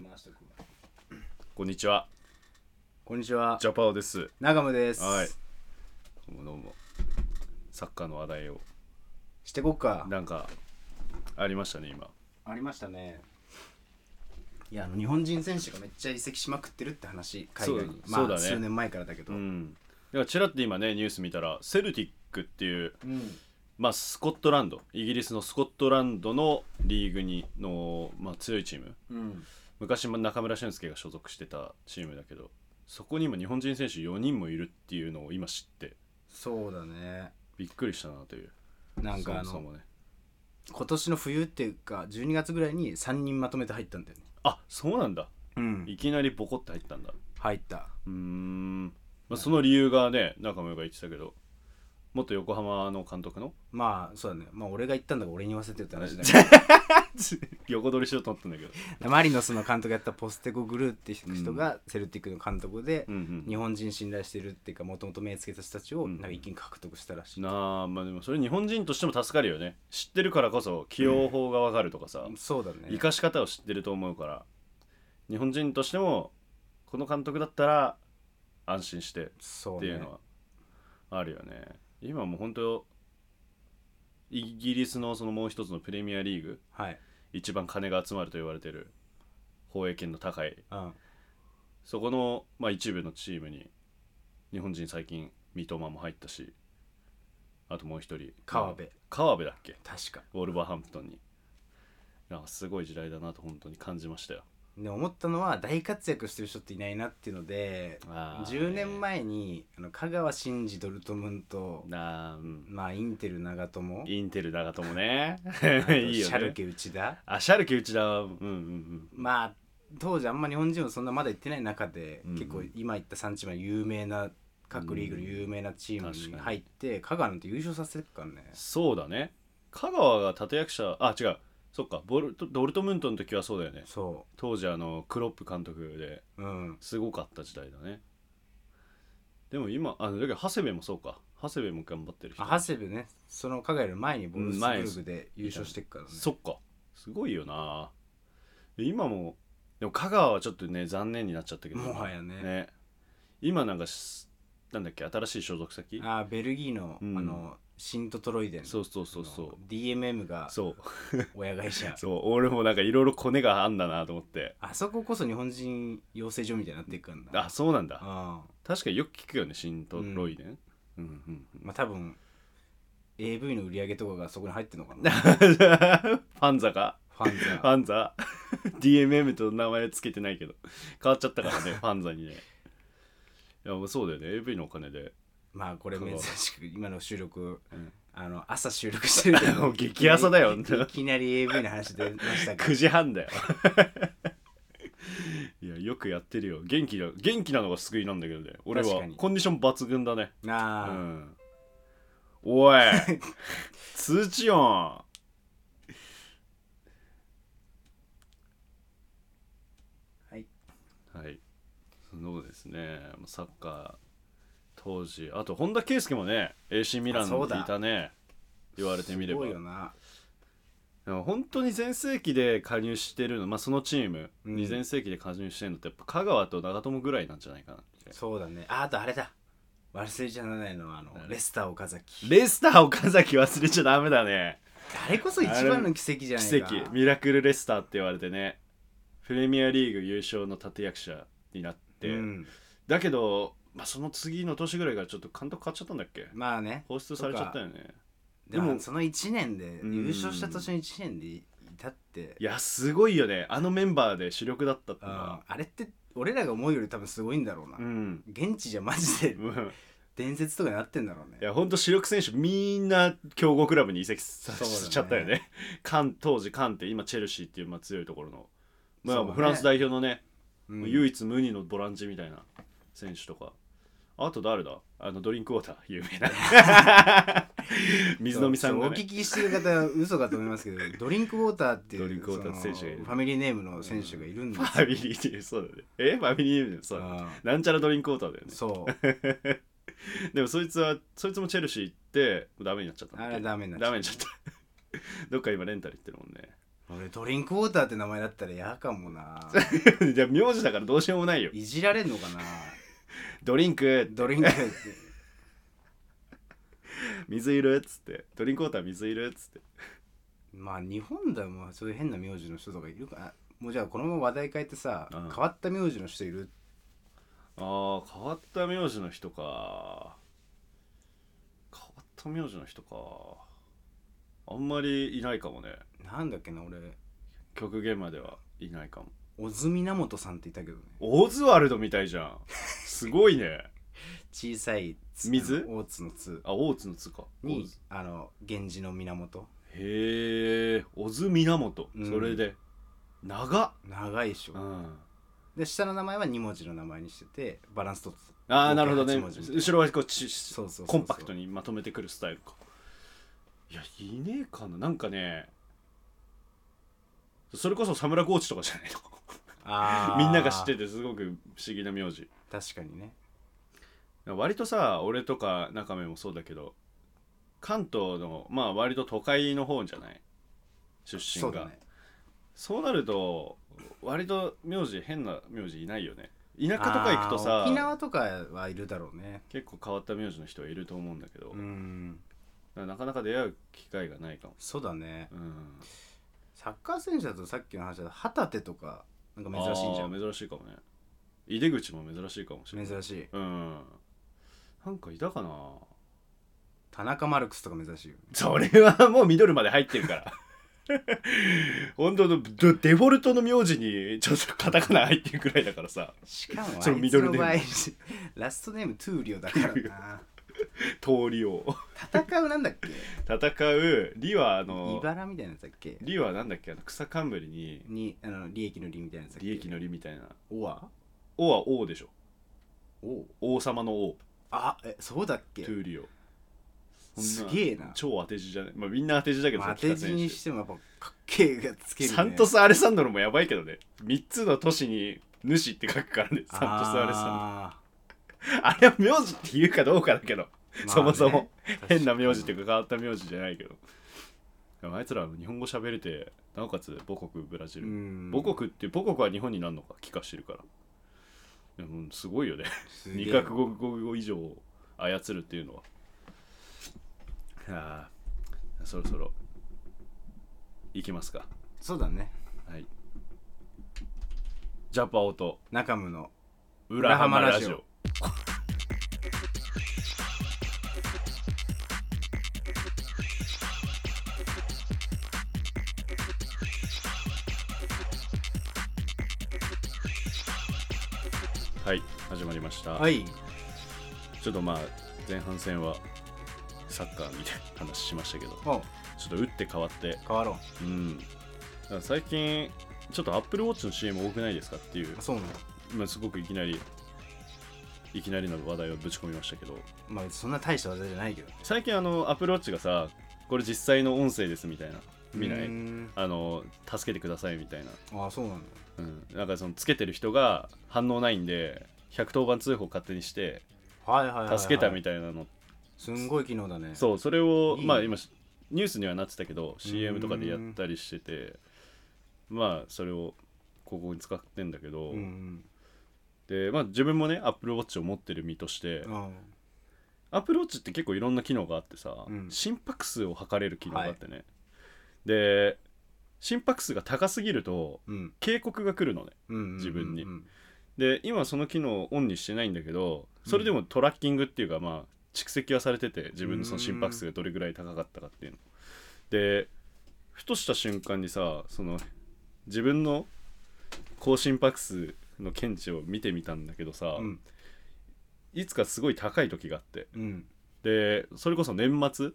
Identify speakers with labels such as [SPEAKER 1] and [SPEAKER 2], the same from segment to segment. [SPEAKER 1] 回しとくわ
[SPEAKER 2] こんにちは。
[SPEAKER 1] こんにちは
[SPEAKER 2] ジャパオです。
[SPEAKER 1] 長野です
[SPEAKER 2] はいどうもどうも。サッカーの話題を。
[SPEAKER 1] してこっか
[SPEAKER 2] なんか、ありましたね、今。
[SPEAKER 1] ありましたねいやあの日本人選手がめっちゃ移籍しまくってるって話海外に
[SPEAKER 2] そう
[SPEAKER 1] まあ
[SPEAKER 2] そうだね
[SPEAKER 1] 数年前からだけど、
[SPEAKER 2] うん。だから、ちらっと今ね、ニュース見たら、セルティックっていう、
[SPEAKER 1] うん
[SPEAKER 2] まあ、スコットランド、イギリスのスコットランドのリーグにの、まあ、強いチーム。
[SPEAKER 1] うん
[SPEAKER 2] 昔、まあ中村俊輔が所属してたチームだけど、そこに今、日本人選手4人もいるっていうのを今知って、
[SPEAKER 1] そうだね
[SPEAKER 2] びっくりしたなという。
[SPEAKER 1] なんかあの
[SPEAKER 2] そもそもね。
[SPEAKER 1] 今年の冬っていうか12月ぐらいに3人まとめて入ったんだよね
[SPEAKER 2] あそうなんだ。
[SPEAKER 1] うん
[SPEAKER 2] いきなりボコって入ったんだ。
[SPEAKER 1] 入った
[SPEAKER 2] うーん、まあ、その理由がね中村が言ってたけど元横浜の監 督の
[SPEAKER 1] まあそうだねまあ俺が言ったんだから俺に言わせてよって 話だけど
[SPEAKER 2] 横取りしようと思ったんだけど、
[SPEAKER 1] マリノスの監督やったポステコグルーって人がセルティックの監督で
[SPEAKER 2] うんうん
[SPEAKER 1] 日本人信頼してるっていうかもともと目つけた人たちを
[SPEAKER 2] うん
[SPEAKER 1] なんか一気に獲得したらしい、
[SPEAKER 2] なあまあでもそれ日本人としても助かるよね知ってるからこそ起用法がわかるとかさ、
[SPEAKER 1] そうだね
[SPEAKER 2] 生かし方を知ってると思うから日本人としてもこの監督だったら安心して
[SPEAKER 1] そ
[SPEAKER 2] っ
[SPEAKER 1] う
[SPEAKER 2] て
[SPEAKER 1] ね
[SPEAKER 2] いうのはあるよね今もう本当イギリスのそのもう一つのプレミアリーグ
[SPEAKER 1] はい、
[SPEAKER 2] 一番金が集まると言われてる放映権の高い
[SPEAKER 1] うん、
[SPEAKER 2] そこの、まあ、一部のチームに日本人最近三笘も入ったしあともう一人
[SPEAKER 1] 川辺
[SPEAKER 2] 川辺だっけ
[SPEAKER 1] 確か
[SPEAKER 2] ウォルバーハンプトンになんかすごい時代だなと本当に感じましたよ
[SPEAKER 1] で思ったのは大活躍してる人っていないなっていうので
[SPEAKER 2] あー
[SPEAKER 1] 10年前にあの香川真司ドルトムント、
[SPEAKER 2] なあ、うん、
[SPEAKER 1] まあ、インテル長友
[SPEAKER 2] インテル長友ね
[SPEAKER 1] あと
[SPEAKER 2] いいよね
[SPEAKER 1] シャルケ内田
[SPEAKER 2] あシャルケ内田はうんうんうん
[SPEAKER 1] まあ当時あんま日本人はそんなまだ行ってない中で、
[SPEAKER 2] うんうん
[SPEAKER 1] 結構今言った3チームは有名な各リーグの有名なチーム
[SPEAKER 2] うん確
[SPEAKER 1] に
[SPEAKER 2] かに
[SPEAKER 1] 入って、香川なんて優勝させるからね
[SPEAKER 2] そうだね香川が立役者あ違うそっかボルトドルトムントの時はそうだよね
[SPEAKER 1] そ
[SPEAKER 2] 当時あのクロップ監督で
[SPEAKER 1] ううん
[SPEAKER 2] すごかった時代だねでも今あのだけど長谷部もそうか長谷部も頑張ってる人
[SPEAKER 1] あ長谷部ねその香川より前にボルスブ
[SPEAKER 2] うん前で
[SPEAKER 1] ル
[SPEAKER 2] す
[SPEAKER 1] グで優勝してっからね
[SPEAKER 2] そっかすごいよなで今もでも香川はちょっとね残念になっちゃったけど
[SPEAKER 1] もはやね
[SPEAKER 2] ね今なんかしなんだっけ新しい所属先
[SPEAKER 1] あベルギーの,、
[SPEAKER 2] うん
[SPEAKER 1] あのシントトロイデン
[SPEAKER 2] そうそうそうそ
[SPEAKER 1] あ
[SPEAKER 2] う
[SPEAKER 1] の DMM が
[SPEAKER 2] そう
[SPEAKER 1] 親会 社
[SPEAKER 2] そう俺もなんかいろいろコネがあんだなと思って
[SPEAKER 1] あそここそ日本人養成所みたいになっていくんだ
[SPEAKER 2] あそうなんだ
[SPEAKER 1] あ
[SPEAKER 2] 確かによく聞くよね新都ロイデンうんうんうん
[SPEAKER 1] まあ多分 AV の売り上げとかがそこに入ってるのかなフ
[SPEAKER 2] ファンザか
[SPEAKER 1] ァンザ
[SPEAKER 2] ファンザ DMM と名前つけてないけど変わっちゃったから ねファンザにねいやもうそうだよね AV のお金で
[SPEAKER 1] まあこれ珍しく今の収録、
[SPEAKER 2] うん
[SPEAKER 1] あの朝収録してるけ
[SPEAKER 2] も
[SPEAKER 1] ど
[SPEAKER 2] う激朝だよ
[SPEAKER 1] いきなりいきなり AV の話出ましたけ
[SPEAKER 2] 9
[SPEAKER 1] ど
[SPEAKER 2] 時半だよいやよくやってるよ元気だ元気なのが救いなんだけどね俺
[SPEAKER 1] 確
[SPEAKER 2] は
[SPEAKER 1] かに
[SPEAKER 2] コンディション抜群だね う
[SPEAKER 1] なあ、
[SPEAKER 2] んおい通知音
[SPEAKER 1] はい
[SPEAKER 2] はいそうですねサッカー当時あと本田圭佑もね AC ミラン
[SPEAKER 1] そ
[SPEAKER 2] に
[SPEAKER 1] うだ
[SPEAKER 2] いたね言われてみれば
[SPEAKER 1] すごいよな
[SPEAKER 2] でも本当に全盛期で加入してるの、まあ、そのチーム
[SPEAKER 1] うん
[SPEAKER 2] に全盛期で加入してるのってやっぱ香川と長友ぐらいなんじゃないかなって
[SPEAKER 1] そうだねああとあれだ忘れちゃならないのはあの
[SPEAKER 2] 誰
[SPEAKER 1] レスター岡崎
[SPEAKER 2] レスター岡崎忘れちゃダメだね
[SPEAKER 1] あれこそ一番の奇跡じゃない
[SPEAKER 2] 奇
[SPEAKER 1] か
[SPEAKER 2] 跡ミラクルレスターって言われてねプレミアリーグ優勝の立役者になって、
[SPEAKER 1] うん、
[SPEAKER 2] だけど、まあ、その次の年ぐらいからちょっと監督変わっちゃったんだっけ
[SPEAKER 1] まあね
[SPEAKER 2] 放出されちゃったよね
[SPEAKER 1] で
[SPEAKER 2] で
[SPEAKER 1] も
[SPEAKER 2] も
[SPEAKER 1] その1年で
[SPEAKER 2] うん
[SPEAKER 1] 優勝した年の1年でいたって
[SPEAKER 2] いやすごいよねあのメンバーで主力だったっての
[SPEAKER 1] あ
[SPEAKER 2] は
[SPEAKER 1] あれって俺らが思うより多分すごいんだろうな、
[SPEAKER 2] うん、
[SPEAKER 1] 現地じゃマジで
[SPEAKER 2] うん
[SPEAKER 1] 伝説とかになってんだろうね
[SPEAKER 2] いや本当主力選手みんな強豪クラブに移籍さ
[SPEAKER 1] そうだね
[SPEAKER 2] しちゃったよねカン当時カンテ今チェルシーっていうまあ強いところの、ま
[SPEAKER 1] そう
[SPEAKER 2] あ
[SPEAKER 1] だね
[SPEAKER 2] フランス代表のね、
[SPEAKER 1] うん
[SPEAKER 2] もう唯一無二のボランチみたいな選手とかあと誰だあのドリンクウォーター有名な 水飲みさんが、
[SPEAKER 1] そうお
[SPEAKER 2] ね
[SPEAKER 1] 聞、きしてる方嘘かと思い ますけどドリンクウォーターっていう
[SPEAKER 2] ドリンクウォーターって選手がいる
[SPEAKER 1] そのファミリーネームの選手がいるんで
[SPEAKER 2] フ
[SPEAKER 1] すよ
[SPEAKER 2] ァミリーでそうだねえファミリーでそうだね
[SPEAKER 1] あ
[SPEAKER 2] なんちゃらドリンクウォーターだよ
[SPEAKER 1] ー
[SPEAKER 2] ね
[SPEAKER 1] そう
[SPEAKER 2] でもそいつはそいつもチェルシー行ってもうダメになっちゃったんだっけ
[SPEAKER 1] あれダメになっちゃった
[SPEAKER 2] ダ メになっちゃったどっか今レンタル行ってるもんね
[SPEAKER 1] 俺ドリンクウォーターって名前だったら嫌かもな
[SPEAKER 2] じゃあ名字だからどうしようもないよ
[SPEAKER 1] いじられんのかな
[SPEAKER 2] ドリンク
[SPEAKER 1] ドリンクって
[SPEAKER 2] 水いるっつってドリンクウォーター水いるっつって
[SPEAKER 1] まあ日本でもそういう変な名字の人とかいるからもうじゃあこのまま話題変えてさ、
[SPEAKER 2] う
[SPEAKER 1] 変
[SPEAKER 2] ん
[SPEAKER 1] わった名字の人いる
[SPEAKER 2] ああ変わった名字の人か変わった名字の人かあんまりいないかもね
[SPEAKER 1] なんだっけな俺
[SPEAKER 2] 極限まではいないかも
[SPEAKER 1] 小津源さんっていたけどね
[SPEAKER 2] オズワルドみたいじゃんすごいね
[SPEAKER 1] 小さいつ
[SPEAKER 2] 水
[SPEAKER 1] あの大津の津
[SPEAKER 2] あ大津の津かオ
[SPEAKER 1] に
[SPEAKER 2] ズ
[SPEAKER 1] あの源氏の源
[SPEAKER 2] へえオズ源、
[SPEAKER 1] うん
[SPEAKER 2] それで長っ、
[SPEAKER 1] 長いでしょ、
[SPEAKER 2] うん、
[SPEAKER 1] で下の名前は2文字の名前にしててバランス取ってた
[SPEAKER 2] ああなるほどね
[SPEAKER 1] 合計八文字みたいな
[SPEAKER 2] 後ろはこうち
[SPEAKER 1] そうそうそうそう
[SPEAKER 2] コンパクトにまとめてくるスタイルかいやいねえかななんかねそれこそサムラコーチとかじゃない
[SPEAKER 1] あ
[SPEAKER 2] の
[SPEAKER 1] ー
[SPEAKER 2] みんなが知っててすごく不思議な名字
[SPEAKER 1] 確かにね
[SPEAKER 2] 割とさ俺とか中目もそうだけど関東のまあ割と都会の方じゃない出身が
[SPEAKER 1] そ
[SPEAKER 2] そうう,、
[SPEAKER 1] だね
[SPEAKER 2] なると割と名字変な名字いないよね田舎とか行くと
[SPEAKER 1] あー沖
[SPEAKER 2] さ
[SPEAKER 1] 縄とかはいるだろうね
[SPEAKER 2] 結構変わった名字の人はいると思うんだけど、
[SPEAKER 1] うん
[SPEAKER 2] なかなか出会う機会がないかも。
[SPEAKER 1] そうだね
[SPEAKER 2] うん、
[SPEAKER 1] サッカー選手だとさっきの話だと旗手とかなんか珍しいんじゃ
[SPEAKER 2] あ
[SPEAKER 1] ん
[SPEAKER 2] ー珍しいかもね。井出口も珍しいかもしれない。
[SPEAKER 1] 珍しい
[SPEAKER 2] うん。なんかいたかな
[SPEAKER 1] 田中マルクスとか珍しいよね
[SPEAKER 2] それはもうミドルまで入ってるから。 本当のデデフォルトの名字にちょっとカタカナ入ってるくらいだからさ
[SPEAKER 1] しかもあいつ
[SPEAKER 2] そのミドルネーム
[SPEAKER 1] の場合ラストネームトゥーリオだから な
[SPEAKER 2] 通りを
[SPEAKER 1] 戦うなんだっけ
[SPEAKER 2] 戦うリはあの
[SPEAKER 1] 茨みたいなやつだっけ
[SPEAKER 2] リはなんだっけあの草冠に
[SPEAKER 1] にあの利益の利みたいなやつだっけ
[SPEAKER 2] 利益の利みたいな
[SPEAKER 1] おわ
[SPEAKER 2] 王は王でしょ
[SPEAKER 1] お
[SPEAKER 2] 王様の王
[SPEAKER 1] あえそうだっけ
[SPEAKER 2] トゥーリオ
[SPEAKER 1] すげえな
[SPEAKER 2] 超当て字じゃない、まあ、みんな当て字だけど
[SPEAKER 1] まあ
[SPEAKER 2] さ、
[SPEAKER 1] 当て字にしてもやっぱかっけえがつけるね
[SPEAKER 2] サントス・アレサンドロもやばいけどね3つの都市に主って書くからねサントス・アレ
[SPEAKER 1] あ
[SPEAKER 2] サンドロあれは名字って言うかどうかだけど、
[SPEAKER 1] ー
[SPEAKER 2] そもそも
[SPEAKER 1] まあね
[SPEAKER 2] 変な名字っていうか変わった名字じゃないけどでもあいつらは日本語喋れてなおかつ母国ブラジ
[SPEAKER 1] う
[SPEAKER 2] ル、
[SPEAKER 1] ん
[SPEAKER 2] 母国って母国は日本になるのか帰化してるからでもすごいよね
[SPEAKER 1] すげえ
[SPEAKER 2] 2カ国語以上を操るっていうのはああそろそろ行きますか
[SPEAKER 1] そうだね
[SPEAKER 2] はいジャパオと
[SPEAKER 1] 中村の
[SPEAKER 2] 裏浜ラジ
[SPEAKER 1] 裏
[SPEAKER 2] オ
[SPEAKER 1] 浜ラジ
[SPEAKER 2] はい始まりました、
[SPEAKER 1] はい
[SPEAKER 2] ちょっとまあ前半戦はサッカーみたいな話しましたけどちょ
[SPEAKER 1] お
[SPEAKER 2] っと打って変わって
[SPEAKER 1] 変わろ
[SPEAKER 2] うん、だから最近ちょっと Apple Watch の CM 多くないですかっていう
[SPEAKER 1] う、そうなの
[SPEAKER 2] まあ、すごくいきなりいきなりの話題をぶち込みましたけど
[SPEAKER 1] まあそんな大した話題じゃないけど
[SPEAKER 2] 最近あの Apple Watch がさこれ実際の音声ですみたいな見な
[SPEAKER 1] う
[SPEAKER 2] い
[SPEAKER 1] ん
[SPEAKER 2] あの助けてくださいみたいな、
[SPEAKER 1] ああそうなんだ
[SPEAKER 2] うん、なんかそのつけてる人が反応ないんで110番通報勝手にして
[SPEAKER 1] はいはいはいはい
[SPEAKER 2] 助けたみたいなの、
[SPEAKER 1] すんごい機能だね
[SPEAKER 2] そうそれを
[SPEAKER 1] いいね
[SPEAKER 2] まあ今ニュースにはなってたけど CM とかでやったりしててまあそれをここに使ってんだけど、
[SPEAKER 1] うん
[SPEAKER 2] でまあ自分もね AppleWatch を持ってる身として
[SPEAKER 1] うん
[SPEAKER 2] AppleWatch って結構いろんな機能があってさ、
[SPEAKER 1] うん
[SPEAKER 2] 心拍数を測れる機能があってね、で心拍数が高すぎると
[SPEAKER 1] うん
[SPEAKER 2] 警告が来るのね
[SPEAKER 1] うん
[SPEAKER 2] 自分に
[SPEAKER 1] うん
[SPEAKER 2] で今その機能をオンにしてないんだけどそれでもトラッキングっていうかまあ蓄積はされてて自分のその心拍数がどれぐらい高かったかっていうのでふとした瞬間にさその自分の高心拍数の検知を見てみたんだけどさ、
[SPEAKER 1] うん
[SPEAKER 2] いつかすごい高い時があって
[SPEAKER 1] うん
[SPEAKER 2] でそれこそ年末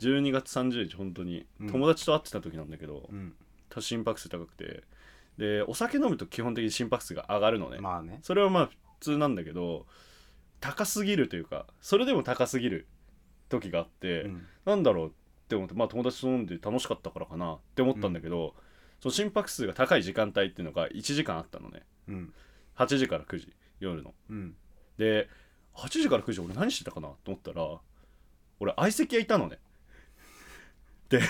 [SPEAKER 2] 12月30日本当に
[SPEAKER 1] うん
[SPEAKER 2] 友達と会ってた時なんだけど
[SPEAKER 1] う、ん
[SPEAKER 2] 心拍数高くてでお酒飲むと基本的に心拍数が上がるのね、
[SPEAKER 1] まあね
[SPEAKER 2] それはまあ普通なんだけど高すぎるというかそれでも高すぎる時があって、
[SPEAKER 1] うん
[SPEAKER 2] なんだろうって思ってまあ友達と飲んで楽しかったからかなって思ったんだけど、その心拍数が高い時間帯っていうのが1時間あったのね
[SPEAKER 1] うん
[SPEAKER 2] 8時から9時夜の
[SPEAKER 1] うん
[SPEAKER 2] で8時から9時俺何してたかなと思ったら俺相席屋いたのねで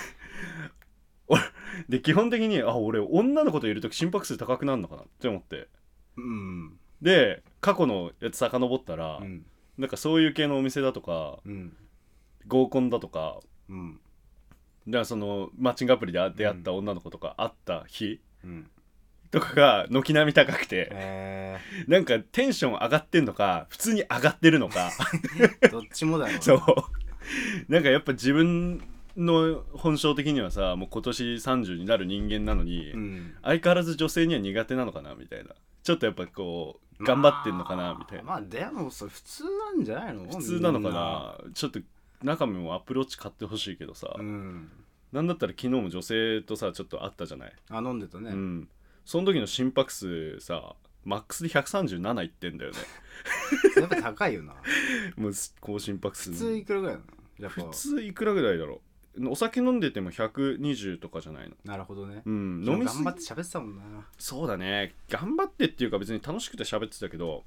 [SPEAKER 2] 俺で基本的にあ俺女の子といる時心拍数高くなるのかなって思って
[SPEAKER 1] うん
[SPEAKER 2] で過去のやつ遡ったら、
[SPEAKER 1] うん
[SPEAKER 2] なんかそういう系のお店だとか
[SPEAKER 1] うん
[SPEAKER 2] 合コンだとか
[SPEAKER 1] うん
[SPEAKER 2] だからそのマッチングアプリで出会った女の子とか会った日
[SPEAKER 1] うん
[SPEAKER 2] とかが軒並み高くて
[SPEAKER 1] え
[SPEAKER 2] なんかテンション上がってんのか普通に上がってるのか
[SPEAKER 1] ー、どっちもだろうな
[SPEAKER 2] そうなんかやっぱ自分の本性的にはさもう今年30になる人間なのに、
[SPEAKER 1] うん
[SPEAKER 2] 相変わらず女性には苦手なのかなみたいなちょっとやっぱこう頑張ってんのかなみたいな、
[SPEAKER 1] まあまあでもそれ普通なんじゃないの
[SPEAKER 2] 普通なのかなちょっと中身もアプローチ買ってほしいけどさ、
[SPEAKER 1] みんなうん
[SPEAKER 2] なんだったら昨日も女性とさちょっと会ったじゃない、
[SPEAKER 1] あ飲んでたね、
[SPEAKER 2] うんその時の心拍数さマックスで137いってんだよね
[SPEAKER 1] やっぱ高い よな
[SPEAKER 2] もう高心拍数
[SPEAKER 1] 普通いくらぐらいなのやっぱ
[SPEAKER 2] 普通いくらぐらいだろうお酒飲んでても120とかじゃないの
[SPEAKER 1] なるほどね
[SPEAKER 2] う、ん飲みす
[SPEAKER 1] 頑
[SPEAKER 2] ぎ
[SPEAKER 1] 張って喋ってたもんな
[SPEAKER 2] そうだね頑張ってっていうか別に楽しくて喋ってたけど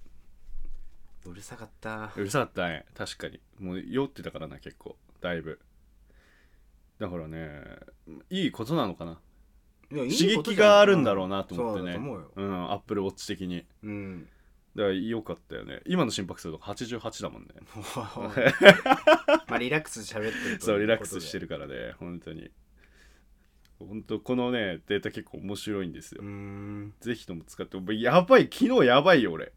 [SPEAKER 1] うるさかった
[SPEAKER 2] うるさかったね確かにもう酔ってたからな結構だいぶだからねいいことなのかない
[SPEAKER 1] やいい
[SPEAKER 2] 刺
[SPEAKER 1] こと
[SPEAKER 2] 激
[SPEAKER 1] じゃん
[SPEAKER 2] があるんだろうなと思って
[SPEAKER 1] そうだ
[SPEAKER 2] ね
[SPEAKER 1] と思うよ
[SPEAKER 2] んアップルウォッチ的に
[SPEAKER 1] うん
[SPEAKER 2] だから良かったよね今の心拍数とか88だもんね
[SPEAKER 1] おいまあリラックスして喋ってる
[SPEAKER 2] そうリラックスして
[SPEAKER 1] る
[SPEAKER 2] るからね本当に本当このねデータ結構面白いんですよ、
[SPEAKER 1] うーん
[SPEAKER 2] ぜひとも使ってやばい昨日やばいよ俺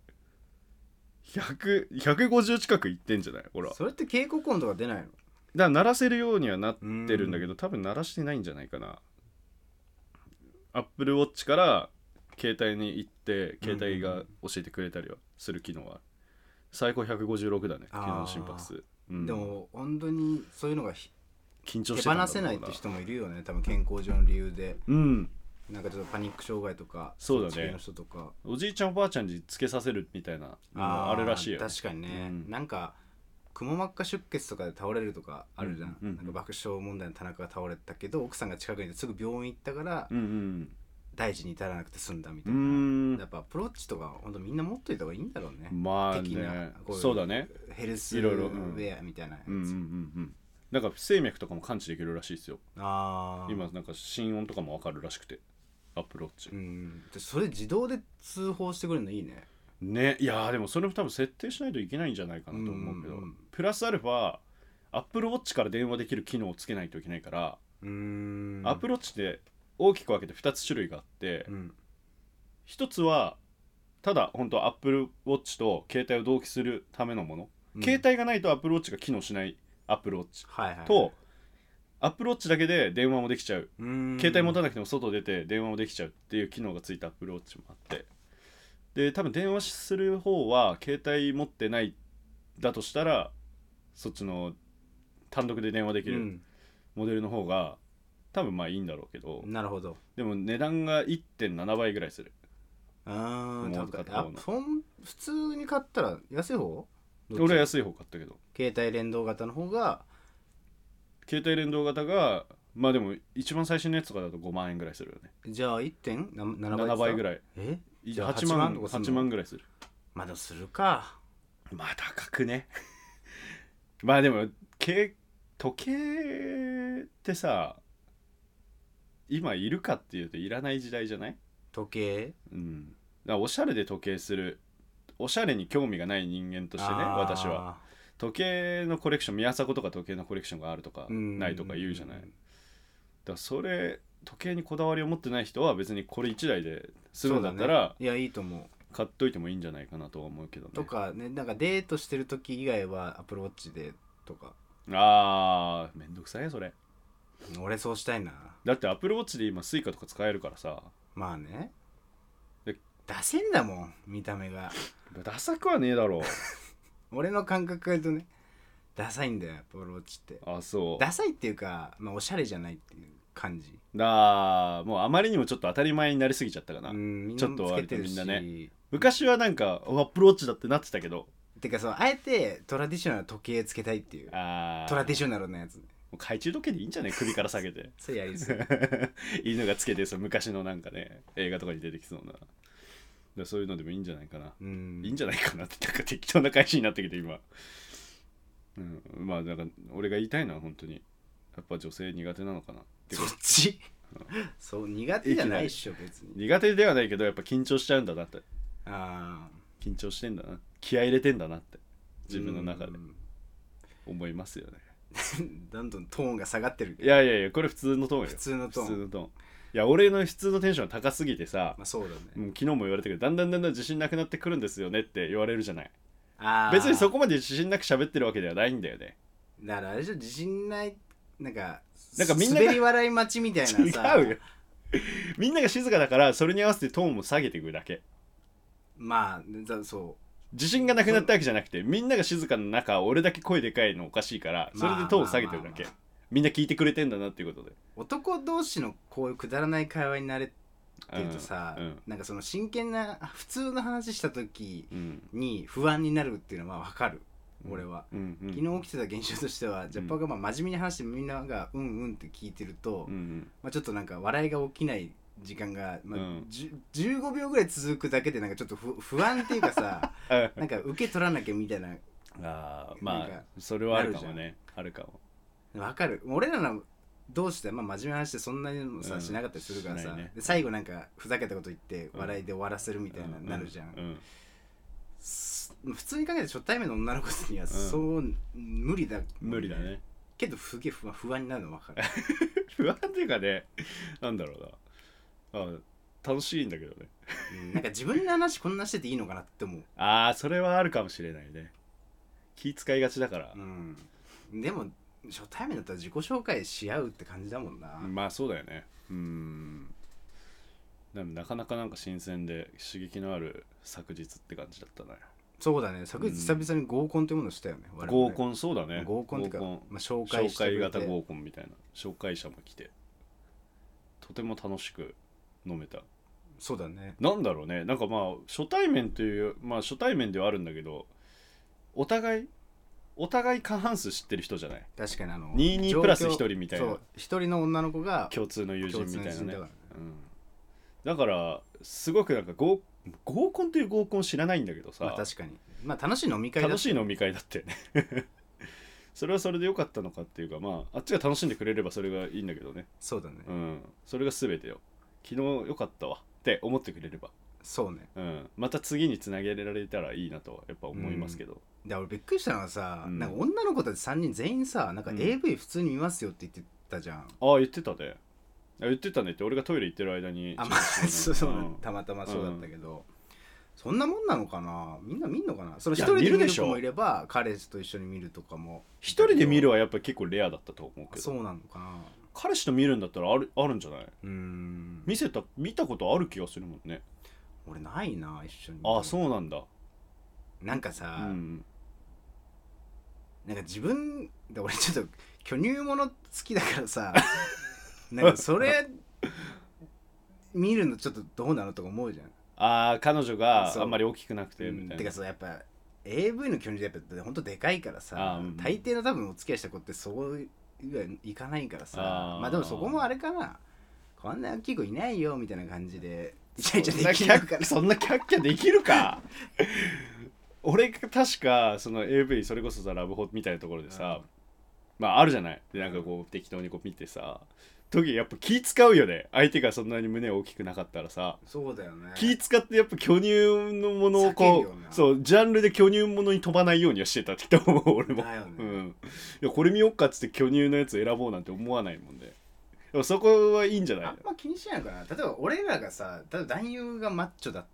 [SPEAKER 2] 100 150近くいってんじゃないほらだか
[SPEAKER 1] それって警告音とか出ないの
[SPEAKER 2] ら鳴らせるようにはなっ
[SPEAKER 1] うん
[SPEAKER 2] ってるんだけど多分鳴らしてないんじゃないかなアップルウォッチから携帯に行って携帯が教えてくれたりはする機能は最高156だね
[SPEAKER 1] あー
[SPEAKER 2] 昨日の心拍数、うん
[SPEAKER 1] でも本当にそういうのがひ
[SPEAKER 2] 緊張
[SPEAKER 1] 手
[SPEAKER 2] してた
[SPEAKER 1] 放
[SPEAKER 2] んだろう
[SPEAKER 1] せないって人もいるよね多分健康上の理由で
[SPEAKER 2] うん
[SPEAKER 1] なんかちょっとパニック障害とか
[SPEAKER 2] そうだね
[SPEAKER 1] っち系の人とか
[SPEAKER 2] おじいちゃんおばあちゃんにつけさせるみたいなのもあるらしいよ、
[SPEAKER 1] ー確かにね、
[SPEAKER 2] うん
[SPEAKER 1] なんかくも膜下出血とかで倒れるとかあるじゃん,、
[SPEAKER 2] うんうん
[SPEAKER 1] なんか爆笑問題の田中が倒れたけど奥さんが近くにいてすぐ病院行ったから
[SPEAKER 2] うん
[SPEAKER 1] 大事に至らなくて済んだみ
[SPEAKER 2] う
[SPEAKER 1] たいな、
[SPEAKER 2] んう
[SPEAKER 1] やっぱアプローチとか本当みんな持っといた方がいいんだろうね
[SPEAKER 2] ー、んまあ
[SPEAKER 1] 的な
[SPEAKER 2] ね
[SPEAKER 1] こういう
[SPEAKER 2] そうだね
[SPEAKER 1] ヘルス
[SPEAKER 2] い
[SPEAKER 1] ウ
[SPEAKER 2] ろいろうん
[SPEAKER 1] ェアみたいなやつ、
[SPEAKER 2] うんうんうんうんなんか不整脈とかも感知できるらしいですよ
[SPEAKER 1] ああ
[SPEAKER 2] 今なんか心音とかもわかるらしくてアップルウォッチ
[SPEAKER 1] うんでそれ自動で通報してくれるのいいね
[SPEAKER 2] ねいやーでもそれも多分設定しないといけないんじゃないかなと思うけど、
[SPEAKER 1] うんうんうん
[SPEAKER 2] プラスアルファアップルウォッチから電話できる機能をつけないといけないから、
[SPEAKER 1] うーん
[SPEAKER 2] アップルウォッチって大きく分けて2つ種類があって、
[SPEAKER 1] うん
[SPEAKER 2] 1つはただ本当アップルウォッチと携帯を同期するためのもの、
[SPEAKER 1] うん
[SPEAKER 2] 携帯がないとアップルウォッチが機能しないアップルウォッチ
[SPEAKER 1] はいはい
[SPEAKER 2] と、アップルウォッチだけで電話もできちゃう
[SPEAKER 1] うーん
[SPEAKER 2] 携帯持たなくても外出て電話もできちゃうっていう機能がついたアップルウォッチもあってで多分電話する方は携帯持ってないだとしたらそっちの単独で電話でき
[SPEAKER 1] う
[SPEAKER 2] る
[SPEAKER 1] ん
[SPEAKER 2] モデルの方が多分まあいいんだろうけど、
[SPEAKER 1] なるほど
[SPEAKER 2] でも値段が1.7倍ぐらいする
[SPEAKER 1] あ
[SPEAKER 2] も
[SPEAKER 1] あ
[SPEAKER 2] う
[SPEAKER 1] 高い
[SPEAKER 2] 片
[SPEAKER 1] あ
[SPEAKER 2] 方の
[SPEAKER 1] そん普通に買ったら安い方どっち
[SPEAKER 2] 俺は安い方買ったけど
[SPEAKER 1] 携帯連動型の方が
[SPEAKER 2] 携帯連動型がまあでも一番最新のやつとかだと5万円ぐらいするよね
[SPEAKER 1] じゃあ1.7
[SPEAKER 2] 7倍ぐ
[SPEAKER 1] い
[SPEAKER 2] らい
[SPEAKER 1] えじゃあ
[SPEAKER 2] 8万
[SPEAKER 1] 8万とかすんの
[SPEAKER 2] 8万ぐらいする
[SPEAKER 1] まあでもするか
[SPEAKER 2] まあ高くねまあでもけ時計ってさ今いるかっていうといらない時代じゃない
[SPEAKER 1] 時計
[SPEAKER 2] うんだからおしゃれで時計するおしゃれに興味がない人間としてね
[SPEAKER 1] あー
[SPEAKER 2] 私は時計のコレクション宮迫とか時計のコレクションがあるとか
[SPEAKER 1] うん
[SPEAKER 2] ないとか言うじゃないだからそれ時計にこだわりを持ってない人は別にこれ1台で済むんだった
[SPEAKER 1] そう
[SPEAKER 2] ら
[SPEAKER 1] ねいやいいと思う
[SPEAKER 2] 買っといてもいいんじゃないかなとは思うけどね
[SPEAKER 1] とかねなんかデートしてる時以外はアプローチでとか
[SPEAKER 2] あーめんどくさいよそれ
[SPEAKER 1] 俺そうしたいな
[SPEAKER 2] だってアップルウォッチで今スイカとか使えるからさ
[SPEAKER 1] まあね
[SPEAKER 2] で
[SPEAKER 1] 出せんだもん見た目が
[SPEAKER 2] ダサくはねえだろ
[SPEAKER 1] 俺の感覚が言うとねダサいんだよアプローチって
[SPEAKER 2] あそうだ
[SPEAKER 1] ダサいっていうか、まあ、おしゃれじゃないっていう感じ
[SPEAKER 2] あーもうあまりにもちょっと当たり前になりすぎちゃったかな、
[SPEAKER 1] うんみん
[SPEAKER 2] ち
[SPEAKER 1] な
[SPEAKER 2] ょっと
[SPEAKER 1] もつけてる
[SPEAKER 2] 割
[SPEAKER 1] し
[SPEAKER 2] とみんな昔はなんかおアップルウォッチだってなってたけど
[SPEAKER 1] てかそうあえてトラディショナルな時計つけたいっていう
[SPEAKER 2] あー
[SPEAKER 1] トラディショナルなやつね
[SPEAKER 2] もう懐中時計でいいんじゃない首から下 げて
[SPEAKER 1] それやりそう
[SPEAKER 2] 犬がつけてそう昔のなんかね映画とかに出てきそうなだからそういうのでもいいんじゃないかな
[SPEAKER 1] うん
[SPEAKER 2] いいんじゃないかなってなんか適当な返しになってきて今、うん、まあなんか俺が言いたいのは本当にやっぱ女性苦手なのかなって
[SPEAKER 1] そっちそう苦手じゃないっしょ別に
[SPEAKER 2] 苦手ではないけどやっぱ緊張しちゃうんだなって
[SPEAKER 1] ああ
[SPEAKER 2] 緊張してんだな気合い入れてんだなって自分の中で
[SPEAKER 1] うん
[SPEAKER 2] 思いますよね
[SPEAKER 1] どんどんトーンが下がってるけ
[SPEAKER 2] い
[SPEAKER 1] ど
[SPEAKER 2] やいやいやこれ普通のトーンよ
[SPEAKER 1] 普通のトーン
[SPEAKER 2] 普通のトーンいや俺の普通のテンション高すぎてさ
[SPEAKER 1] まあそうだね
[SPEAKER 2] もう昨日も言われたけどだんだんだんだん自信なくなってくるんですよねって言われるじゃない
[SPEAKER 1] ああ
[SPEAKER 2] 別にそこまで自信なく喋ってるわけではないんだよね
[SPEAKER 1] だからあれでしょ自信ないなんか
[SPEAKER 2] なんかみんなが
[SPEAKER 1] 滑り笑い待ちみたい
[SPEAKER 2] 違
[SPEAKER 1] なさ
[SPEAKER 2] うよみんなが静かだからそれに合わせてトーンも下げていくだけ
[SPEAKER 1] まあだそ
[SPEAKER 2] 自信がなくなったわけじゃなくてみんなが静かな中俺だけ声でかいのおかしいから
[SPEAKER 1] う
[SPEAKER 2] それでトーン下げてる
[SPEAKER 1] まあまあ
[SPEAKER 2] だけ
[SPEAKER 1] まあまあ
[SPEAKER 2] みんな聞いてくれてんだなっていうことで
[SPEAKER 1] 男同士のこういうくだらない会話になれって
[SPEAKER 2] う
[SPEAKER 1] る
[SPEAKER 2] ん
[SPEAKER 1] とさ、
[SPEAKER 2] うん
[SPEAKER 1] なんかその真剣な普通の話した時
[SPEAKER 2] うん
[SPEAKER 1] に不安になるっていうのは分かる、
[SPEAKER 2] うん
[SPEAKER 1] 俺は
[SPEAKER 2] うんうん
[SPEAKER 1] 昨日起きてた現象としてはジャパンがまあ真面目に話してみんながうんうんって聞いてると、
[SPEAKER 2] うんうん
[SPEAKER 1] まあ、ちょっとなんか笑いが起きない時間が、まあ
[SPEAKER 2] うん
[SPEAKER 1] じゅ15秒ぐらい続くだけでなんかちょっと不不安っていうか さ
[SPEAKER 2] あ
[SPEAKER 1] なんか受け取らなきゃみたいな
[SPEAKER 2] あーま
[SPEAKER 1] なん
[SPEAKER 2] あ
[SPEAKER 1] か
[SPEAKER 2] それはあるかもねあるかも
[SPEAKER 1] わかる俺らの同士で、まあ、真面目な話でそんなにもさ、
[SPEAKER 2] うん
[SPEAKER 1] しなかったりするから
[SPEAKER 2] し
[SPEAKER 1] さ、
[SPEAKER 2] ないね
[SPEAKER 1] で最後なんかふざけたこと言って
[SPEAKER 2] うん
[SPEAKER 1] 笑いで終わらせるみたいな、
[SPEAKER 2] う
[SPEAKER 1] なるじゃん、
[SPEAKER 2] うん
[SPEAKER 1] す普通に考えて初対面の女の子にはそう、無理だ
[SPEAKER 2] 無理だね
[SPEAKER 1] けどすげえ不安不安になるの分か る
[SPEAKER 2] 不安っていうかねなんだろうなあ楽しいんだけどね
[SPEAKER 1] うんなんか自分の話こんなしてていいのかなって思う、
[SPEAKER 2] ああそれはあるかもしれないね気使いがちだから
[SPEAKER 1] う、ん、でも初対面だったら自己紹介し合うって感じだもんな、
[SPEAKER 2] まあそうだよねうんでもなかなかなんか新鮮で刺激のある昨日って感じだったね
[SPEAKER 1] そうだね昨日久々に合コンっていうものをしたよね、我々
[SPEAKER 2] 合コンそうだね
[SPEAKER 1] 合コンっていうか、
[SPEAKER 2] 合
[SPEAKER 1] まあ、紹介
[SPEAKER 2] 紹
[SPEAKER 1] してく
[SPEAKER 2] 介
[SPEAKER 1] れて
[SPEAKER 2] 型合コンみたいな紹介者も来てとても楽しく飲めた
[SPEAKER 1] そうだね
[SPEAKER 2] なんだろうねなんかまあ初対面というまあ初対面ではあるんだけどお互いお互い過半数知ってる人じゃない
[SPEAKER 1] 確かにあの
[SPEAKER 2] 22プラス
[SPEAKER 1] 状況
[SPEAKER 2] 1人みたいな
[SPEAKER 1] そう一人の女の子が
[SPEAKER 2] 共通の友人みたいな
[SPEAKER 1] 共通の友人だか
[SPEAKER 2] ね
[SPEAKER 1] らね
[SPEAKER 2] うん、だからすごくなんか合合コンという合コン知らないんだけどさ、
[SPEAKER 1] まあ確かにまあ楽しい飲み会だ
[SPEAKER 2] 楽しい飲み会だったよね それはそれで良かったのかっていうかまああっちが楽しんでくれればそれがいいんだけどね
[SPEAKER 1] そうだね、
[SPEAKER 2] うんそれが全てよ昨日良かったわって思ってくれれば、
[SPEAKER 1] そうね
[SPEAKER 2] うん、また次につなげられたらいいなとはやっぱ思いますけど、
[SPEAKER 1] で俺びっくりしたのはさ、
[SPEAKER 2] うん
[SPEAKER 1] なんか女の子たち3人全員さなんか
[SPEAKER 2] うん
[SPEAKER 1] AV 普通に見ますよって言ってたじゃん、
[SPEAKER 2] ああ言ってたねあ言ってたねって俺がトイレ行ってる間に
[SPEAKER 1] あまあそうそう、
[SPEAKER 2] ん
[SPEAKER 1] たまたまそうだったけど、そんなもんなのかなみんな見んのかなその
[SPEAKER 2] い
[SPEAKER 1] 一
[SPEAKER 2] や
[SPEAKER 1] 人で見
[SPEAKER 2] 見る
[SPEAKER 1] る
[SPEAKER 2] でしょ
[SPEAKER 1] 子もいれば彼氏と一緒に見るとかも
[SPEAKER 2] 一人で見る
[SPEAKER 1] わ
[SPEAKER 2] はやっぱ結構レアだったと思うけど
[SPEAKER 1] そうなのかな
[SPEAKER 2] 彼氏と見るんだったらあるあるんじゃないう
[SPEAKER 1] ーん
[SPEAKER 2] 見せた見たことある気がするもんね
[SPEAKER 1] 俺ないな一緒に
[SPEAKER 2] ああそううなんだ
[SPEAKER 1] なんか
[SPEAKER 2] う
[SPEAKER 1] さ、
[SPEAKER 2] ん
[SPEAKER 1] なんか自分で俺ちょっと巨乳もの好きだから さなんかそれ見るのちょっとどうなのとか思うじゃん。
[SPEAKER 2] ああ彼女が
[SPEAKER 1] そう
[SPEAKER 2] あんまり大きくなくてみた
[SPEAKER 1] て
[SPEAKER 2] いな
[SPEAKER 1] かさやっぱ AV の巨乳ってやっぱほんとでかいからさ、
[SPEAKER 2] あーうん
[SPEAKER 1] 大抵の多分お付き合いした子ってそうはいかないからさ
[SPEAKER 2] あー
[SPEAKER 1] まあでもそこもあれかなこんな大きい子いないよみたいな感じでイチャイチ
[SPEAKER 2] そ
[SPEAKER 1] ャ
[SPEAKER 2] んな
[SPEAKER 1] で
[SPEAKER 2] キ
[SPEAKER 1] き
[SPEAKER 2] ャ
[SPEAKER 1] るか
[SPEAKER 2] ッ
[SPEAKER 1] ら
[SPEAKER 2] そんなキャッキャできるか 俺が確かその AV それこそさラブホみたいなところでさ、まああるじゃないでなんかこう適当にこう見てさ時やっぱ気使うよね相手がそんなに胸大きくなかったらさ
[SPEAKER 1] そうだよね
[SPEAKER 2] 気使ってやっぱ巨乳のものをこ
[SPEAKER 1] 避けるよな
[SPEAKER 2] うそうジャンルで巨乳ものに飛ばないようにはしてたって思う俺も、
[SPEAKER 1] だよね
[SPEAKER 2] うん、いやこれ見よっかっつって巨乳のやつ選ぼうなんて思わないもんででもそこはいいんじゃない
[SPEAKER 1] あんま気にしないのかな例えば俺らがさ例えば男優がマッチョだっ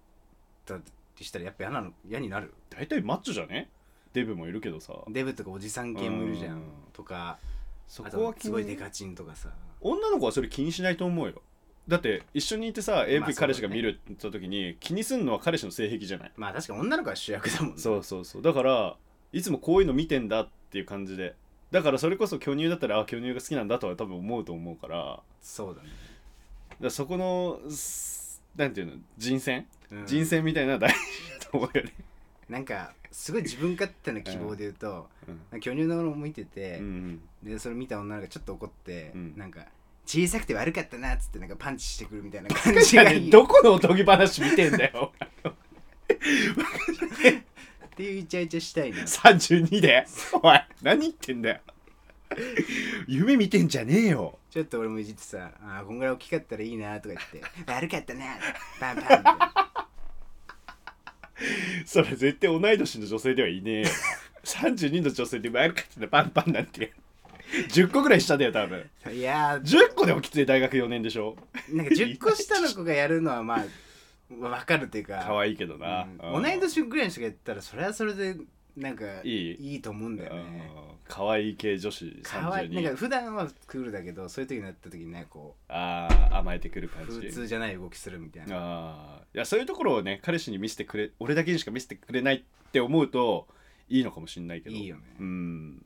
[SPEAKER 1] たりしたらやっぱ嫌なの嫌になる
[SPEAKER 2] 大体マッチョじゃねデブもいるけどさ
[SPEAKER 1] デブとかおじさん系もいるじゃ
[SPEAKER 2] うん
[SPEAKER 1] んとか
[SPEAKER 2] そ
[SPEAKER 1] あ
[SPEAKER 2] ことは気
[SPEAKER 1] すごいデ
[SPEAKER 2] に
[SPEAKER 1] カチンとかさ
[SPEAKER 2] 女の子はそれ気にしないと思うよだって一緒にいてさ
[SPEAKER 1] そ
[SPEAKER 2] AV
[SPEAKER 1] うだね
[SPEAKER 2] 彼氏が見るって言った時に気にすんのは彼氏の性癖じゃない
[SPEAKER 1] まあ確かに女の子は主役だもんね
[SPEAKER 2] そうそうそうだからいつもこういうの見てんだっていう感じでだからそれこそ巨乳だったらあ巨乳が好きなんだとは多分思うと思うからだか
[SPEAKER 1] そうだね、
[SPEAKER 2] らそこのすなんていうの人選、
[SPEAKER 1] うん
[SPEAKER 2] 人選みたいなのは大事だと思うよね、
[SPEAKER 1] なんかすごい自分勝手な希望で言うと、
[SPEAKER 2] うん
[SPEAKER 1] なんか巨乳のものを見てて、
[SPEAKER 2] うん
[SPEAKER 1] でそれ見た女の子がちょっと怒って、
[SPEAKER 2] うん
[SPEAKER 1] なんか小さくて悪かったなっつってなんかパンチしてくるみたいな感じ
[SPEAKER 2] じゃあ
[SPEAKER 1] が
[SPEAKER 2] ね
[SPEAKER 1] いいっ
[SPEAKER 2] どこのおとぎ話見てんだ よ
[SPEAKER 1] ていうイチャイチャしたいな
[SPEAKER 2] 32でおい何言ってんだよ夢見てんじゃねえよ
[SPEAKER 1] ちょっと俺もいじってさ「あーこんぐらい大きかったらいいな」とか言って「 悪かったな」パンパンみたいな
[SPEAKER 2] それ絶対同い年の女性ではいねえよ32の女性で悪かったらパンパンなんて10個ぐらい下だよ多分
[SPEAKER 1] いやー
[SPEAKER 2] 10個でもきつい大学4年でしょ
[SPEAKER 1] なんか10個下の子がやるのはまあ分かるというか
[SPEAKER 2] 可愛いけどな、
[SPEAKER 1] うん同い年ぐらいの人がやったらそれはそれでなんか
[SPEAKER 2] いい
[SPEAKER 1] と思うんだよね
[SPEAKER 2] うん可愛い系女子
[SPEAKER 1] 可愛いなん
[SPEAKER 2] 32
[SPEAKER 1] か普段はクールだけどそういう時になった時にねこ
[SPEAKER 2] ああ甘えてくる
[SPEAKER 1] う
[SPEAKER 2] 感
[SPEAKER 1] 普
[SPEAKER 2] じ
[SPEAKER 1] 通じゃない動きするみたいな
[SPEAKER 2] ああいやそういうところをね彼氏に見せてくれ俺だけにしか見せてくれないって思うといいのかもしんないけど
[SPEAKER 1] いいよね
[SPEAKER 2] うん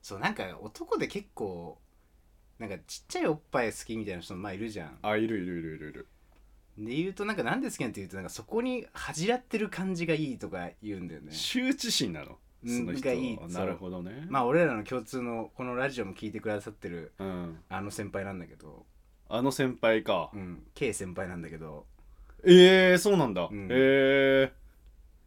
[SPEAKER 1] そうなんか男で結構なんかちっちゃいおっぱい好きみたいな人もまあいるじゃん
[SPEAKER 2] あいるいるいるいるいる
[SPEAKER 1] で言うとなんかなんで好きなんて言うとなんかそこに恥じらってる感じがいいとか言うんだよね
[SPEAKER 2] 羞恥心なの
[SPEAKER 1] うん
[SPEAKER 2] その人
[SPEAKER 1] がいい
[SPEAKER 2] なるほどね
[SPEAKER 1] まあ俺らの共通のこのラジオも聞いてくださってる
[SPEAKER 2] うん
[SPEAKER 1] あの先輩なんだけど
[SPEAKER 2] あの先輩か
[SPEAKER 1] うん、K 先輩なんだけど、
[SPEAKER 2] ええそうなんだ
[SPEAKER 1] うん
[SPEAKER 2] ええ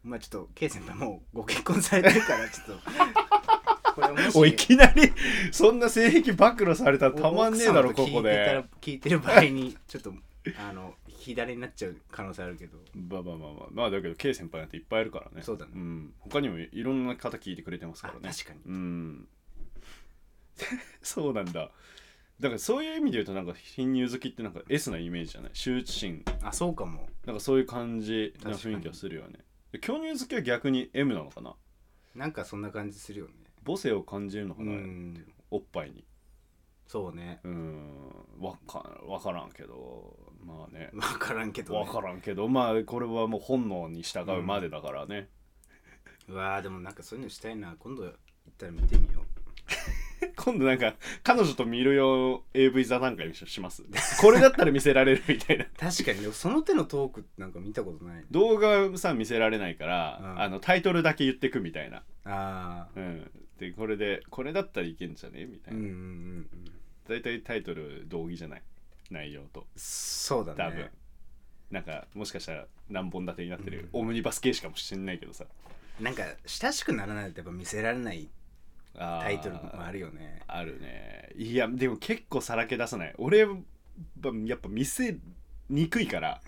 [SPEAKER 1] まあちょっと K 先輩もうご結婚されてるから、ちょっ と。これもし
[SPEAKER 2] おいきなり そんな性癖暴露されたらたまんねえだ
[SPEAKER 1] 奥
[SPEAKER 2] ろ
[SPEAKER 1] さ
[SPEAKER 2] こ
[SPEAKER 1] んと聞
[SPEAKER 2] こ
[SPEAKER 1] いてたら
[SPEAKER 2] で
[SPEAKER 1] 聞いてる場合に、ちょっと、あの、左になっちゃう可能性あるけど。
[SPEAKER 2] まあまあまあまあまあだけど K 先輩なんていっぱいいるからね
[SPEAKER 1] そうだね
[SPEAKER 2] ん、他にもいろんな方聞いてくれてます
[SPEAKER 1] あ
[SPEAKER 2] からね
[SPEAKER 1] 確かに。
[SPEAKER 2] うん そうなんだだからそういう意味で言うとなんか貧乳好きってなんか S なイメージじゃない羞恥心
[SPEAKER 1] あ、そうかも。
[SPEAKER 2] なんかそういう感じな
[SPEAKER 1] 確かに
[SPEAKER 2] 雰囲気はするよねで巨乳好きは逆に M なのかな
[SPEAKER 1] なんかそんな感じするよね。
[SPEAKER 2] 母性を感じるのか
[SPEAKER 1] う
[SPEAKER 2] な、
[SPEAKER 1] ん、
[SPEAKER 2] おっぱいに
[SPEAKER 1] そうね。
[SPEAKER 2] うんわかわからんけどまあね
[SPEAKER 1] わからんけど、ね。
[SPEAKER 2] わからんけどまあこれはもう本能に従うまでだからね、
[SPEAKER 1] うわーでもなんかそういうのしたいな。今度行ったら見てみよう。
[SPEAKER 2] 今度なんか彼女と見る用 AV 座談会にしますこれだったら見せられるみたいな
[SPEAKER 1] 確かに、でもその手のトークってなんか見たことない。
[SPEAKER 2] 動画さ見せられないから、
[SPEAKER 1] うん
[SPEAKER 2] あのタイトルだけ言ってくみたいな、
[SPEAKER 1] ああ。
[SPEAKER 2] うん、でこれでこれだったらいけんじゃねみた
[SPEAKER 1] う
[SPEAKER 2] い
[SPEAKER 1] ん
[SPEAKER 2] な、
[SPEAKER 1] うんうんうん。
[SPEAKER 2] 大体タイトル同義じゃない内容と
[SPEAKER 1] そうだね。
[SPEAKER 2] 多分、なんかもしかしたら何本立てになってる、
[SPEAKER 1] うん
[SPEAKER 2] オムニバス形式かもしれないけどさ
[SPEAKER 1] なんか親しくならないとやっぱ見せられない
[SPEAKER 2] タ
[SPEAKER 1] タイトルもあるよね
[SPEAKER 2] あるねいやでも結構さらけ出さない俺はやっぱ見せにくいから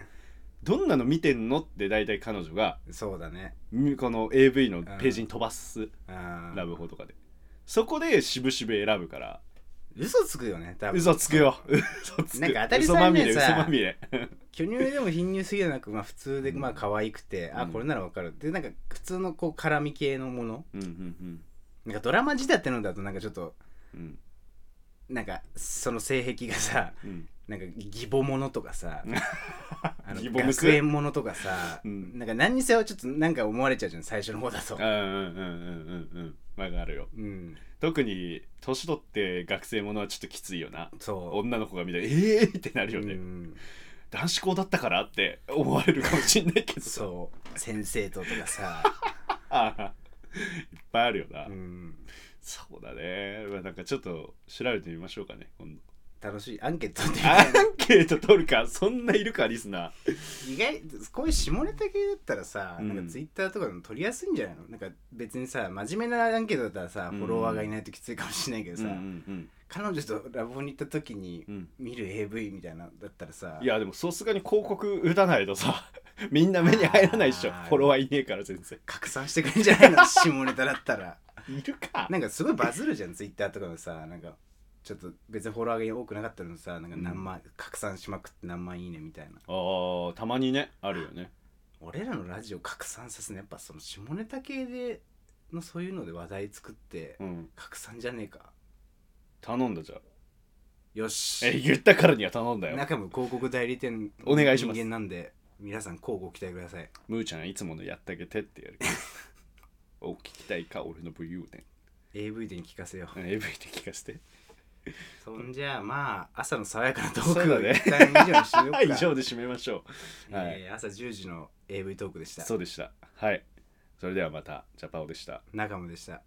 [SPEAKER 2] どんなの見てんのって大体彼女が
[SPEAKER 1] そうだね
[SPEAKER 2] みこの AV のページに飛ばす、
[SPEAKER 1] あー
[SPEAKER 2] ラブホとかでそこで渋々選ぶから
[SPEAKER 1] 嘘つくよね多分
[SPEAKER 2] 嘘つくよ嘘つく
[SPEAKER 1] なんか当たり
[SPEAKER 2] 嘘ま
[SPEAKER 1] 障
[SPEAKER 2] み
[SPEAKER 1] り
[SPEAKER 2] れ
[SPEAKER 1] ね
[SPEAKER 2] 嘘
[SPEAKER 1] さ
[SPEAKER 2] まみれ
[SPEAKER 1] 巨乳でも貧乳すぎじゃなく、まあ、普通で、
[SPEAKER 2] うん
[SPEAKER 1] まあ可愛くて、あ
[SPEAKER 2] うん
[SPEAKER 1] これならわかるでなんか普通のこう絡み系のもの
[SPEAKER 2] うんうん
[SPEAKER 1] なんかドラマ仕立てのだとなんかちょっと
[SPEAKER 2] うんうん
[SPEAKER 1] なんかその性癖がさ
[SPEAKER 2] うん
[SPEAKER 1] なんか義母ものとか さあの
[SPEAKER 2] 義母娘
[SPEAKER 1] 学園ものとかさ、
[SPEAKER 2] うん
[SPEAKER 1] なんか何にせよちょっとなんか思われちゃうじゃん最初の方だと
[SPEAKER 2] うんうんうんうんうんわかるよ
[SPEAKER 1] うん
[SPEAKER 2] 特に年取って学生ものはちょっときついよな
[SPEAKER 1] そ
[SPEAKER 2] 女の子が見て「ええー!」ってなる
[SPEAKER 1] う、
[SPEAKER 2] よね、
[SPEAKER 1] うん
[SPEAKER 2] 男子校だったからって思われるかもしんないけどさ
[SPEAKER 1] そう先生ととかさ、
[SPEAKER 2] あーいっぱいあるよな、
[SPEAKER 1] うん、
[SPEAKER 2] そうだね、まあ、なんかちょっと調べてみましょうかね今度
[SPEAKER 1] 楽しいアンケートってみた
[SPEAKER 2] ア
[SPEAKER 1] いな
[SPEAKER 2] ンケート取るかそんないるかリスナー
[SPEAKER 1] 意外こういう下ネタ系だったらさ、
[SPEAKER 2] うん
[SPEAKER 1] なんかツイッターとかでも取りやすいんじゃないのなんか別にさ真面目なアンケートだったらさ、
[SPEAKER 2] うん
[SPEAKER 1] フォロワーがいないときついかもしれないけどさ、
[SPEAKER 2] うんうん
[SPEAKER 1] 彼女とラボに行った時に
[SPEAKER 2] うん
[SPEAKER 1] 見る AV みたいなのだったらさ
[SPEAKER 2] いやでもさすがに広告打たないとさ みんな目に入らないでしょ
[SPEAKER 1] あー
[SPEAKER 2] フォロワーいねえから全然
[SPEAKER 1] 拡散してくれんじゃないの 下ネタだったら
[SPEAKER 2] いるか
[SPEAKER 1] なんかすごいバズるじゃんツイッターとかのさなんかちょっと別にフォロワーが多くなかったのにさなんか何万、拡散しまくって何万いいねみたいな
[SPEAKER 2] あーたまにねあるよね
[SPEAKER 1] 俺らのラジオ拡散させるのやっぱその下ネタ系でのそういうので話題作って
[SPEAKER 2] うん
[SPEAKER 1] 拡散じゃねえか
[SPEAKER 2] 頼んだじゃん
[SPEAKER 1] よし
[SPEAKER 2] え言ったからには頼んだよ
[SPEAKER 1] 中も広告代理店
[SPEAKER 2] お願いします
[SPEAKER 1] 人間なんで皆さんこうご期待ください
[SPEAKER 2] むーちゃんいつものやってあげてってや るお聞きたいか俺の武勇伝
[SPEAKER 1] AV でに聞かせよう
[SPEAKER 2] AV で聞かせて
[SPEAKER 1] そんじゃあまあ朝の爽やかなトー
[SPEAKER 2] そう
[SPEAKER 1] ク
[SPEAKER 2] だ
[SPEAKER 1] を
[SPEAKER 2] ね
[SPEAKER 1] 一旦以上にしようか
[SPEAKER 2] 以上で締めましょう、はい
[SPEAKER 1] えー朝10時の AV トークでした
[SPEAKER 2] そうでしたはいそれではまたジャパオでした
[SPEAKER 1] 中もでした